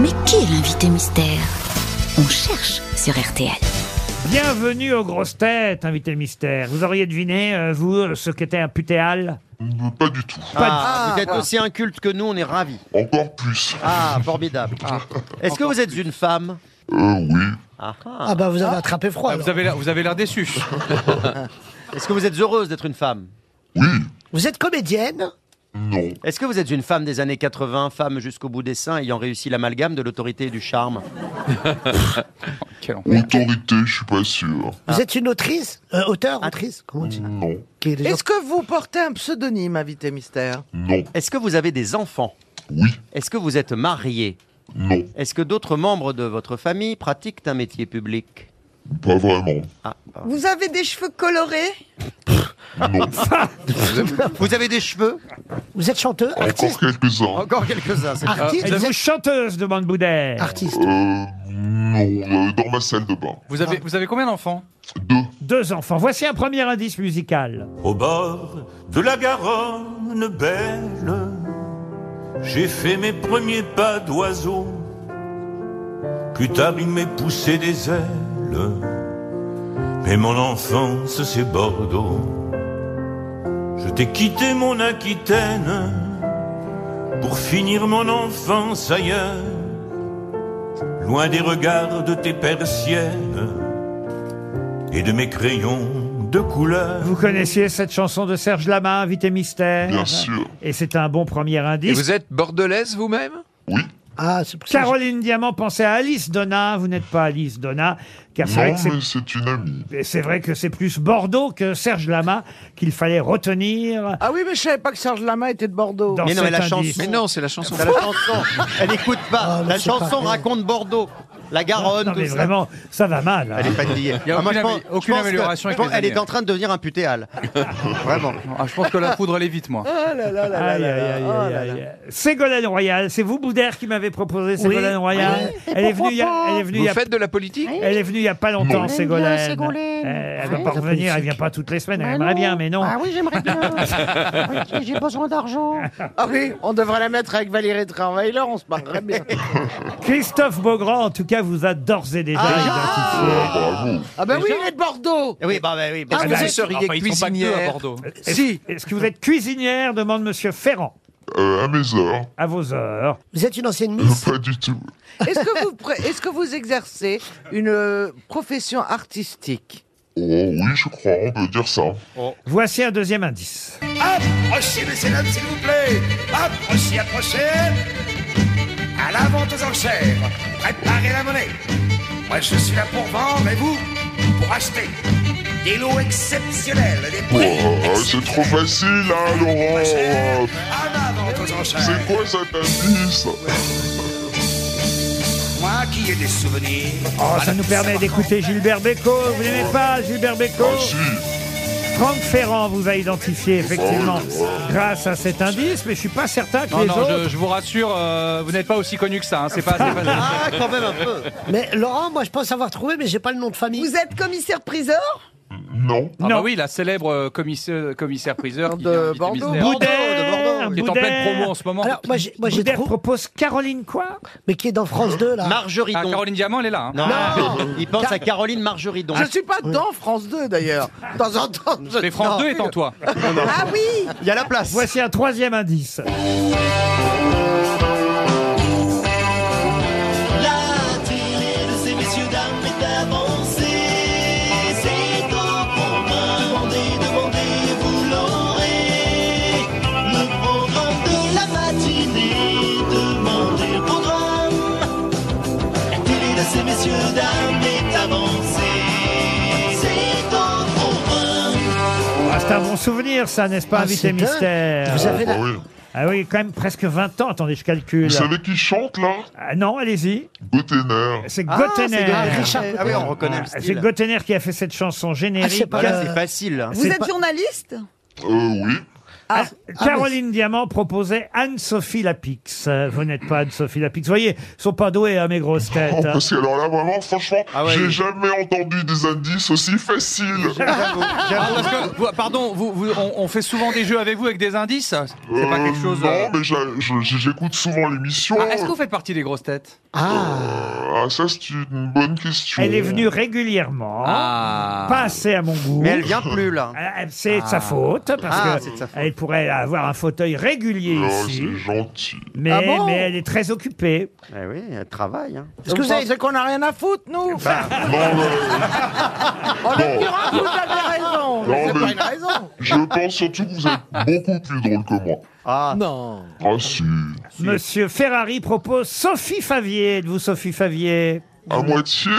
Mais qui est l'invité mystère On cherche sur RTL. Bienvenue aux grosses têtes, invité mystère. Vous auriez deviné, euh, vous, ce qu'était un putéal Euh, Pas du tout. Ah, vous êtes aussi inculte que nous, on est ravis. Encore plus. Ah, formidable. Est-ce que vous êtes une femme Euh, oui. Ah, ah. Ah bah vous avez attrapé froid. Ah, alors. vous avez l'air- vous avez l'air déçu. Est-ce que vous êtes heureuse d'être une femme Oui. Vous êtes comédienne Ah, Non. Est-ce que vous êtes une femme des années 80, femme jusqu'au bout des seins, ayant réussi l'amalgame de l'autorité et du charme Autorité, je suis pas sûr. Vous êtes une autrice Euh, Auteur Autrice Comment on dit Non. Qui est les gens- Est-ce que vous portez un pseudonyme, invité mystère Non. Est-ce que vous avez des enfants Oui. Est-ce que vous êtes mariée Non. Est-ce que d'autres membres de votre famille pratiquent un métier public Pas vraiment. Ah, pardon. Vous avez des cheveux colorés Non. Vous avez des cheveux Vous êtes chanteur Encore Artiste quelques-uns. Encore quelques-uns. c'est- Artiste Vous Êtes-vous êtes chanteuse demande Boudère Ah. artiste. Euh, non. euh, Dans ma salle de bain. Vous avez, vous avez combien d'enfants Deux. Deux enfants. Voici un premier indice musical. Au bord de la Garonne belle, j'ai fait mes premiers pas d'oiseau. Plus tard, il m'est poussé des ailes, mais mon enfance, c'est Bordeaux. Je t'ai quitté mon Aquitaine pour finir mon enfance ailleurs, loin des regards de tes persiennes et de mes crayons de couleur. Vous connaissiez cette chanson de Serge Lama, invité mystère Bien sûr. Et c'est un bon premier Et indice. vous êtes bordelaise vous-même Oui. Ah, c'est pour ça. que Caroline Diamant, pensez à Alice Donna. Vous n'êtes pas Alice Donna, car c'est vrai Non, que c'est mais c'est une amie. Et c'est vrai que c'est plus Bordeaux que Serge Lama qu'il fallait retenir Ah oui, mais je savais pas que Serge Lama était de Bordeaux. dans Mais non, mais cet la indice. chanson. Mais non, c'est Ah, la chanson. T'as la chanson, elle écoute pas. Ah, mais la c'est chanson pas- raconte Bordeaux, la Garonne, Non, tout mais ça. vraiment, ça va mal. hein. Elle est fatiguée. Il y a Ah, moi, aucune je pense- amé- je aucune pense que- amélioration je avec pense- les Elle est années. en train de devenir un putéal. Vraiment. Ah, je pense que la poudre, elle est vite, moi. Ah là là là là Aïe, là aïe, aïe, là. Ah aïe, là aïe, là. aïe. Ségolène Royal, c'est vous, Boudère, qui m'avez proposé Ségolène Ah, Royal. Elle, est venue il y a, elle, est venue il Vous y a- faites de la politique elle est venue il y a pas longtemps, Non. Ségolène. Euh, elle va pas revenir, elle vient pas toutes les semaines, elle aimerait bien, mais Oh non. Ah oui, j'aimerais bien. Oui, J'ai besoin d'argent. Ah oui, on devrait la mettre avec Valérie Travailer, on se marrerait bien. Christophe Beaugrand, en tout cas, vous a d'ores et déjà identifié. Bravo. Ah ben oui, il est de Bordeaux Oui, bah, bah, oui. bah, Ah, Est-ce bah, que vous oui. seriez Enfin, ils sont pas que deux à cuisinière Bordeaux. Est-ce- Est-ce que vous êtes cuisinière demande Monsieur Ferrand, Euh, à mes heures. à vos heures. Vous êtes une ancienne Miss Pas du tout. Est-ce que, vous pré- est-ce que vous exercez une euh, profession artistique Oh oui, je crois, on peut dire ça. Voici un deuxième indice. Approchez, messieurs, dames, s'il vous plaît. Approchez, approchez. À la vente aux enchères. Préparez la monnaie. Moi, je suis là pour vendre et vous, pour acheter. Des lots exceptionnels, des prix. Ouah, Oh, ah, c'est trop exceptionnels. facile, hein, Moins cher. Laurent. À la vente aux enchères. C'est quoi cet indice Moi Ah, qui ai des souvenirs. Oh, ça nous permet d'écouter Gilbert Bécaud. Vous n'aimez pas Gilbert Bécaud Ah si. Franck Ferrand vous a identifié, effectivement, Oh, ouais. grâce à cet indice, mais je suis pas certain que Non, les non, autres... je, je vous rassure, euh, vous n'êtes pas aussi connu que ça. hein, C'est pas, c'est pas- Ah, quand même un peu. Mais Laurent, moi je pense avoir trouvé, mais j'ai pas le nom de famille. Vous êtes commissaire-priseur Non. Ah Non. bah oui, la célèbre euh, commissaire, commissaire priseur qui De vient inviter Bordeaux. Mystère, Bordeaux, Boudère, qui hein. est en pleine Boudère. promo en ce moment. Ah, Alors moi j'ai moi, j'ai Boudère trouvé, propose Caroline quoi mais qui est dans France 2 là. Margeridon. Ah, Caroline Diamant, elle est là. hein. bah, Non, il pense à Caroline Margeridon. Je suis pas dans France 2, d'ailleurs. De temps en temps, je... Mais France Non. 2 est en toi. Ah oui Il y a la place. Voici un troisième indice. La tirée de ces messieurs, dames est avancée. C'est temps pour moi. Demandez, demandez, vous l'aurez. Le programme de la matinée. Demandez le programme. La télé de ces messieurs, dames est avancée. C'est temps pour moi. Ah, c'est un bon souvenir, ça, n'est-ce pas, Ah, invité c'est dingue. mystère Vous avez Ah la... oui. Ah oui, quand même presque 20 ans, attendez, je calcule. Vous savez qui chante là Ah non, allez-y. Gotenner. C'est Ah, Gotener. c'est Gaël Richard Ah oui, on reconnaît le C'est style. Gotener qui a fait cette chanson générique. Ah, c'est pas Voilà, Euh, c'est facile. hein. C'est pas- journaliste Euh, oui. Ah, Caroline Diamant proposait Anne-Sophie Lapix. Euh, Vous n'êtes pas Anne-Sophie Lapix. Vous voyez, ils sont pas doués, hein, mes grosses têtes. Oh, parce que alors là, vraiment, franchement, ouais, j'ai oui. jamais entendu des indices aussi faciles. Ah, parce que, vous- pardon, vous- vous- on, on fait souvent des jeux avec vous avec des indices C'est pas Euh, quelque chose. Non, euh, mais j'a- je- j'écoute souvent l'émission. Ah, Est-ce que vous faites partie des grosses têtes Euh, ah, ça, c'est une bonne question. Elle est venue régulièrement. Ah. Pas assez à mon goût. Mais elle vient plus, là. Ah, C'est de sa Ah. faute, parce Ah, c'est de sa faute. qu'elle pourrait avoir un fauteuil régulier Oh, ici. c'est gentil. Mais, Ah bon mais elle est très occupée. Eh oui, elle travaille. hein. Est-ce que vous avez... qu'on n'a rien à foutre, nous Non, mais En l'occurrence, Ah, vous avez raison. mais Non, c'est mais- pas une raison. je pense surtout que vous êtes beaucoup plus drôle que moi. Ah, Non. Ah, si. Monsieur Ferrari propose Sophie Favier. Êtes-vous Sophie Favier À moitié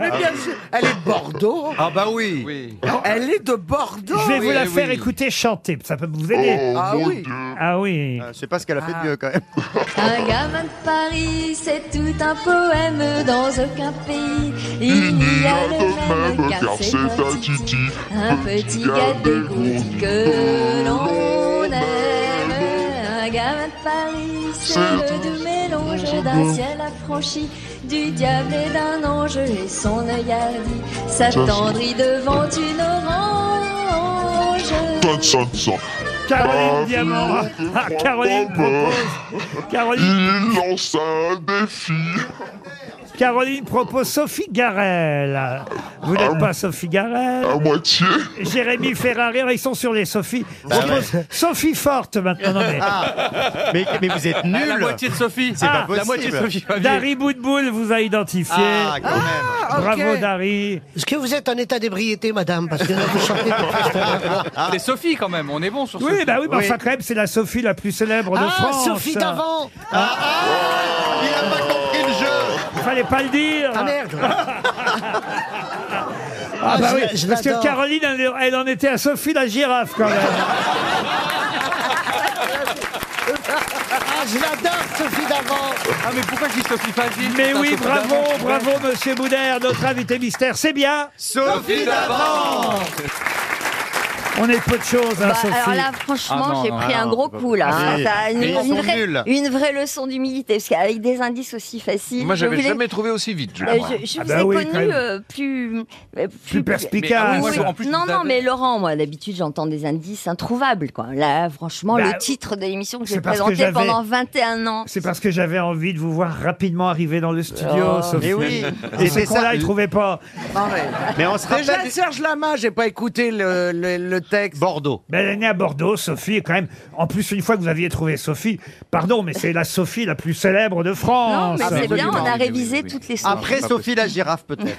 Mais bien sûr, elle est de Bordeaux. ah bah oui. Oui. Elle est de Bordeaux. Ah Je vais vous la oui, faire oui. écouter chanter. Ça peut vous Oh, aider. Ah mon oui. Dieu. Ah oui. Euh, C'est pas ce qu'elle a fait de mieux quand même. Un gamin de Paris, c'est tout un poème dans aucun pays. Il n'y a de même car c'est un titi. Un petit gars dégoûté que l'on aime. Un gamin de Paris, c'est le doux mélange d'un ciel affranchi, du diable et d'un ange, et son œil hardi s'attendrit devant une orange. Tonne, tonne, tonne. Caroline Ah, Diamant. vous Ah, Caroline comprends pas. propose. Caroline, Il lance un défi. Caroline propose Sophie Garel. Vous n'êtes pas Sophie Garel. Ah À moitié Jérémy Ferrari, ils sont sur les Sophies. Ah propose Sophie Forte maintenant. Non, mais Mais, mais vous êtes Ah, nul. La moitié de Sophie. Ah, C'est pas La possible. moitié de Sophie. Favier. Dari Boudboul vous a identifié. Ah, quand même. Ah, ok. Bravo Dari. Est-ce que vous êtes en état d'ébriété, madame Parce que là, vous chantez depuis tout à l'heure. C'est Sophie quand même. On est bon sur Oui, Sophie. bah oui, mais enfin quand même, c'est la Sophie la plus célèbre de Ah, France. Sophie d'avant Il a pas compris le jeu. Fallait pas le dire. Ah merde Ah, bah je oui, la- je parce que l'adore. Caroline, elle, elle en était à Sophie la girafe quand même. Ah, je l'adore, Sophie d'avant Ah, mais pourquoi je dis Sophie Favier Mais Putain, oui, Sophie bravo, Davant, je suis bravo Monsieur Boudère, notre invité mystère. C'est bien. Sophie d'avant. On est peu de choses, hein, Bah, Sophie. alors là, Ah, franchement, non, j'ai non, pris ah, un non, gros c'est pas coup là. hein. possible. Ça a une, Mais ils une sont nuls. vraie, une vraie leçon d'humilité, parce qu'avec des indices aussi faciles, Moi, je j'avais voulais- jamais trouvé aussi vite. je euh, crois. je, je Ah vous bah ai oui, quand même. connu euh, plus, euh, Plus Mais, ah perspicace. oui, en plus, non, vous non, avez- mais Laurent, moi, d'habitude, j'entends des indices introuvables, quoi. Là, franchement, Bah, le titre de l'émission que c'est j'ai parce que j'avais- présenté pendant 21 ans. C'est parce que j'avais envie de vous voir rapidement arriver dans le studio, Oh, Sophie. mais Eh oui. Et Et ces c'est cons-là, ça. ils trouvaient pas. Non, mais- Mais on se Déjà, rappelle du- Serge Lama, j'ai pas écouté le, le- le texte. Bordeaux. Mais Ben, elle est née à Bordeaux, Sophie, et quand même. En plus, une fois que vous aviez trouvé Sophie, pardon, mais c'est la Sophie la plus célèbre de Non, France. mais c'est bien, absolument. on a Oui, oui, révisé oui, oui. toutes les soirées. Après Sophie la girafe peut-être.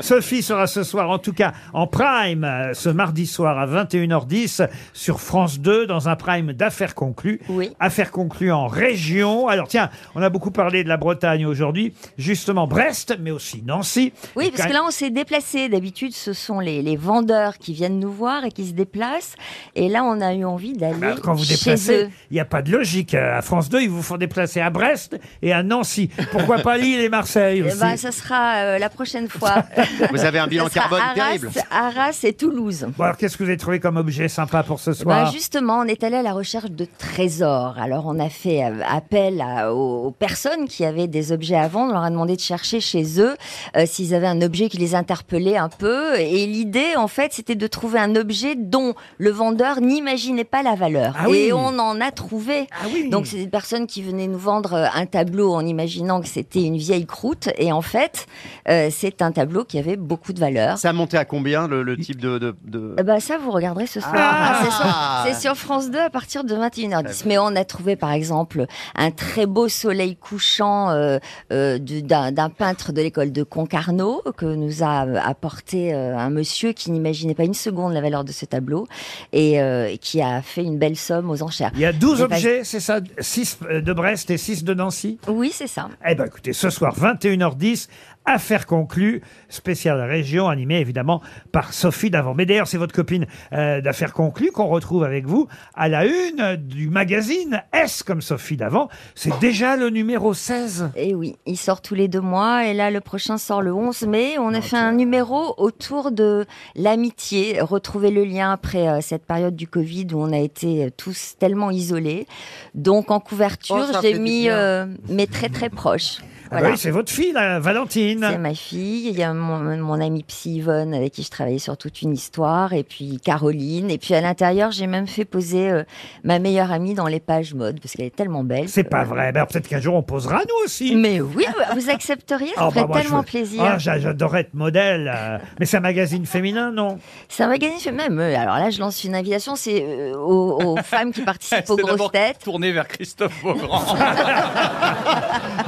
Sophie sera ce soir, en tout cas en prime, euh, ce mardi soir à 21h10 sur France 2 dans un prime d'affaires conclues. Oui. Affaires conclues en région. Alors tiens, on a beaucoup parlé de la Bretagne aujourd'hui, justement Brest, mais aussi Nancy. Oui, Et parce quand- que là, on s'est déplacé. D'habitude, ce sont les, les vendeurs qui viennent nous voir et qui se déplacent. Et là, on a eu envie d'aller Alors, Bah, quand vous chez déplacez, eux. il n'y a pas de logique. Euh, À France 2, ils vous font déplacer à Brest et à Nancy. Pourquoi pas Lille et Marseille Eh aussi ben, ça sera euh, la prochaine fois. Vous avez un bilan Ça sera carbone Arras, terrible. Arras et Toulouse. Bon, alors qu'est-ce que vous avez trouvé comme objet sympa pour ce Eh ben, soir justement, on est allé à la recherche de trésors. Alors, on a fait euh, appel à- aux, aux personnes qui avaient des objets à vendre. On leur a demandé de chercher chez eux euh, s'ils avaient un objet qui les interpellait un peu. Et l'idée, en fait, c'était de trouver un objet dont le vendeur n'imaginait pas la valeur. Ah oui. Et on en a trouvé. Ah oui. Donc, c'est des personnes qui venaient nous vendre euh, un tableau en imaginant que c'était une vieille croûte. Et en fait, euh, c'est un tableau qui avait beaucoup de valeur. Ça a monté à combien le, le type de, de- de- Eh ben, ça, vous regarderez ce soir. Ah. Ah, bah. c'est sur- c'est sur, France 2 à partir de 21h10. Mais on a trouvé, par exemple, un très beau soleil couchant euh, euh, du- d'un d'un peintre de l'école de Concarneau que nous a apporté euh, un monsieur qui n'imaginait pas une seconde la valeur de ce tableau et euh, qui a fait une belle somme aux enchères. Il y a 12 Eh ben, objets, c'est ça 6 de Brest et 6 de Nancy Oui, c'est ça. Eh ben écoutez, ce soir 21h10, Affaire conclue, spéciale région, animée évidemment par Sophie Davant. Mais d'ailleurs, c'est votre copine euh, d'Affaires conclues qu'on retrouve avec vous à la une du magazine S comme Sophie Davant. C'est déjà le numéro 16. Et oui, il sort tous les deux mois et là le prochain sort le 11 mai. On a fait un numéro autour de l'amitié, retrouver le lien après euh, cette période du Covid où on a été euh, tous tellement isolés. Donc en couverture, Oh, ça fait j'ai du mis bien. euh, mes très très proches. Ah bah Voilà. oui, c'est votre fille, là, Valentine. C'est ma fille, il y a mon, mon amie Psy Yvonne avec qui je travaillais sur toute une histoire, et puis Caroline, et puis à l'intérieur j'ai même fait poser euh, ma meilleure amie dans les pages mode, parce qu'elle est tellement belle. C'est pas que- vrai. Ben, peut-être qu'un jour on posera nous aussi. Mais oui, bah, vous accepteriez, ça Ah, me ferait bah, moi, je tellement veux- plaisir. Ah, j'a- J'adorerais être modèle. euh, Mais c'est un magazine féminin, non C'est un magazine féminin. mais Alors là, je lance une invitation, c'est euh, aux, aux femmes qui participent aux C'est grosses d'abord têtes. Tourné vers Christophe Beaugrand.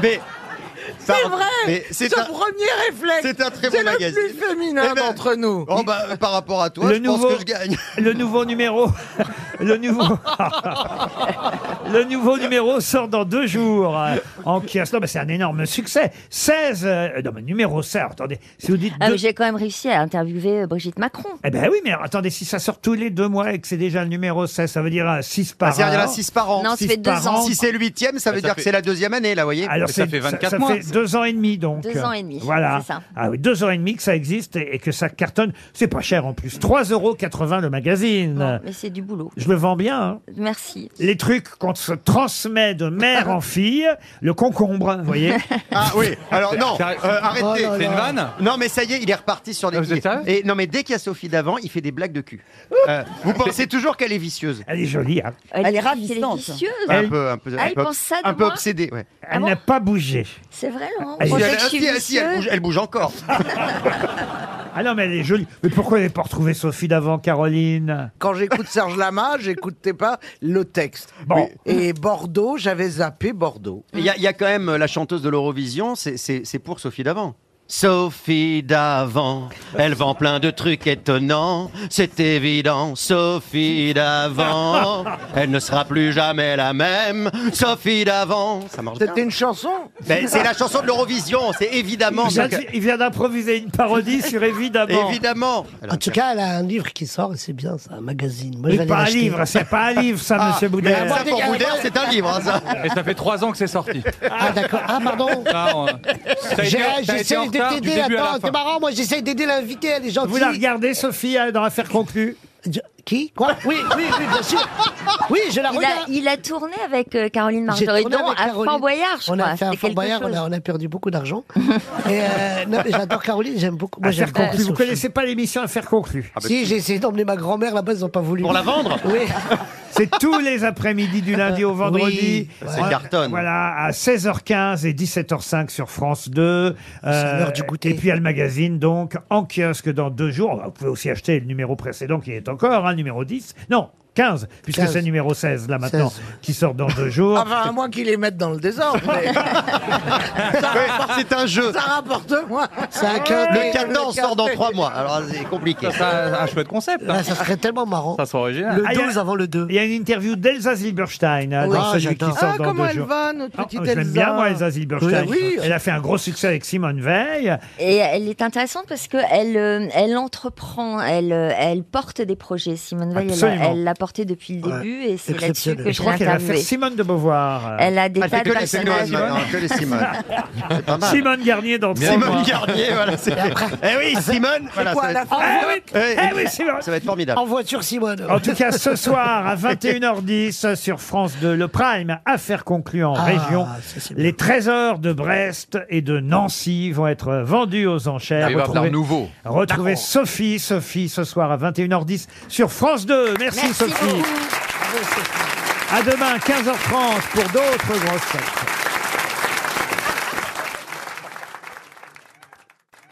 mais. C'est vrai mais C'est c'est ton un- premier réflexe c'est un très bon magazine. le plus féminin Eh ben, d'entre nous Oh bah, par rapport à toi, je pense que je gagne. le nouveau numéro, le nouveau, le nouveau numéro sort dans deux jours euh, en kiosque. Non, mais c'est un énorme succès. 16, euh, non mais numéro 16. Attendez, si vous dites Ah, deux- mais j'ai quand même réussi à interviewer euh, Brigitte Macron. eh ben oui, mais attendez, si ça sort tous les deux mois et que c'est déjà le numéro 16, ça veut dire 6 par an. Ah, c'est-à-dire, il y en a six par an. Non, ça Six fait deux par ans. Si c'est le huitième, ça veut Ça dire fait- que c'est la deuxième année, là, vous voyez Alors Mais ça c'est- fait 24 ça, ça mois. fait deux ans et demi donc. Deux ans et demi, Voilà. c'est ça. Ah oui, deux ans et demi que ça existe et, et que ça cartonne. C'est pas cher en plus. 3,80 euros le magazine. Non, mais c'est du boulot. Je le vends bien. hein. Merci. Les trucs qu'on se transmet de mère en fille. Le concombre, vous voyez. Ah oui, alors non, Ça- euh, arrêtez. C'est une vanne Non mais ça y est, il est reparti sur des Ah, vous êtes sérieux Et non mais dès qu'il y a Sophie d'avant, il fait des blagues de cul. Euh, vous pensez toujours qu'elle est vicieuse. Elle est jolie. hein. Elle est ravissante. Elle est vicieuse. Un peu, un peu, Ah, un il peu, pense ça de un peu moi obsédée, ouais. Elle n'a pas bougé. C'est vrai, Laurent Elle Vous est- pensez elle, que je suis si, elle- si, elle bouge, vicieuse elle bouge encore. Ah non, mais elle est jolie. Mais pourquoi elle n'est pas retrouvée Sophie d'avant, Caroline Quand j'écoute Serge Lama, j'écoutais pas le texte. Bon. Et Bordeaux, j'avais zappé Bordeaux. Il y, a- il y a quand même euh, la chanteuse de l'Eurovision, c'est- c'est c'est pour Sophie d'avant. Sophie d'avant, elle vend plein de trucs étonnants, c'est évident. Sophie d'avant, elle ne sera plus jamais la même. Sophie d'avant, ça marche bien. C'était une chanson Mais c'est la chanson de l'Eurovision, c'est évidemment. Il vient- Donc, euh, Il vient d'improviser une parodie sur Évidemment. Évidemment. En tout cas, elle a un livre qui sort et c'est bien, ça, un magazine. Moi, je vais C'est pas un l'acheter. livre, c'est pas un livre, ça, Ah, monsieur Boudet. mais ça, pour Boudère, c'est un livre, hein, ça. Et ça fait trois ans que c'est sorti. Ah, d'accord. Ah, pardon. Ah, on- T'as été- J'ai- t'as été J'essaie en de retard du t'aider. début à la Attends, fin. c'est marrant. Moi, j'essaie d'aider l'invité. Elle est gentille. Vous la regardez, Sophie, euh, dans l'affaire conclue Je- Qui Quoi Oui, oui, oui, bien sûr. Oui, je la il a, regarde. il a tourné avec euh, Caroline J'ai tourné Marjoridon avec à Caroline. Fort Boyard, je on crois. a fait un C'était Fort quelque Boyard, on chose. a, on a perdu beaucoup d'argent. Et euh, non, mais j'adore Caroline, j'aime beaucoup. Ah, Moi, j'aime Affaire beaucoup. conclue. Vous Sophie. connaissez pas l'émission Affaire conclue Ah, bah, Si, j'ai essayé d'emmener ma grand-mère là-bas, ils n'ont pas voulu. Pour la vendre Oui. C'est tous les après-midi du lundi au Oui, vendredi. c'est Voilà, cartonne. Voilà, à 16h15 et 17h05 sur France 2. Euh, l'heure du goûter. Et puis il y a le magazine, donc, en kiosque dans deux jours. Bah, Vous pouvez aussi acheter le numéro précédent qui est encore, hein, numéro 10. Non, 15, puisque 15. c'est numéro 16 là maintenant, 16. qui sort dans deux jours. Enfin, à moins qu'ils les mettent dans le désordre. mais Oui, c'est un jeu. ça rapporte moins. Ça a qu'un- Le 14 sort dans quintet. trois mois. Alors c'est compliqué. Ça serait un un chouette concept. hein. Là, Ah, ça serait tellement marrant. Ça serait original. Le Ah, il y a- 12 avant le hein. 2. Il y a une interview d'Elsa Silberstein hein, Oui. dans Ah, celui qui j'adore. sort Ah, dans comment deux elle jours. va, notre Ah, petite je l'aime Elsa. bien, moi, Elsa Silberstein. Oui, oui. Elle a fait un gros succès avec Simone Veil. Et elle est intéressante parce que elle, euh, elle entreprend, elle, euh, elle porte des projets. Simone Veil, elle- Absolument. elle l'a porté depuis le Ouais. début et c'est là-dessus Exceptionnel. que Je je l'ai crois qu'elle va faire interviewée. Simone de Beauvoir. Elle a des Ah, Elle fait tas de que les Simones personnages. maintenant, que les Simones. C'est pas mal. Simone Garnier dans trois mois. Simone Garnier, voilà. c'est- Eh oui, Simone. Voilà, Quoi, ça, va la être... fin Eh oui, Eh, eh oui, Simone. ça va être formidable. En voiture, Simone. En tout cas, ce soir à 21h10 sur France 2, le Prime, affaire conclue en Ah, région. ça, c'est bien. Les trésors de Brest et de Nancy vont être vendus aux Ah, enchères. Ah, Il va Retrouvez- faire nouveau. Retrouvez Sophie, Sophie, ce soir à 21h10 sur France 2. Merci, Merci Sophie. beaucoup. À demain, 15h30 pour d'autres grosses têtes.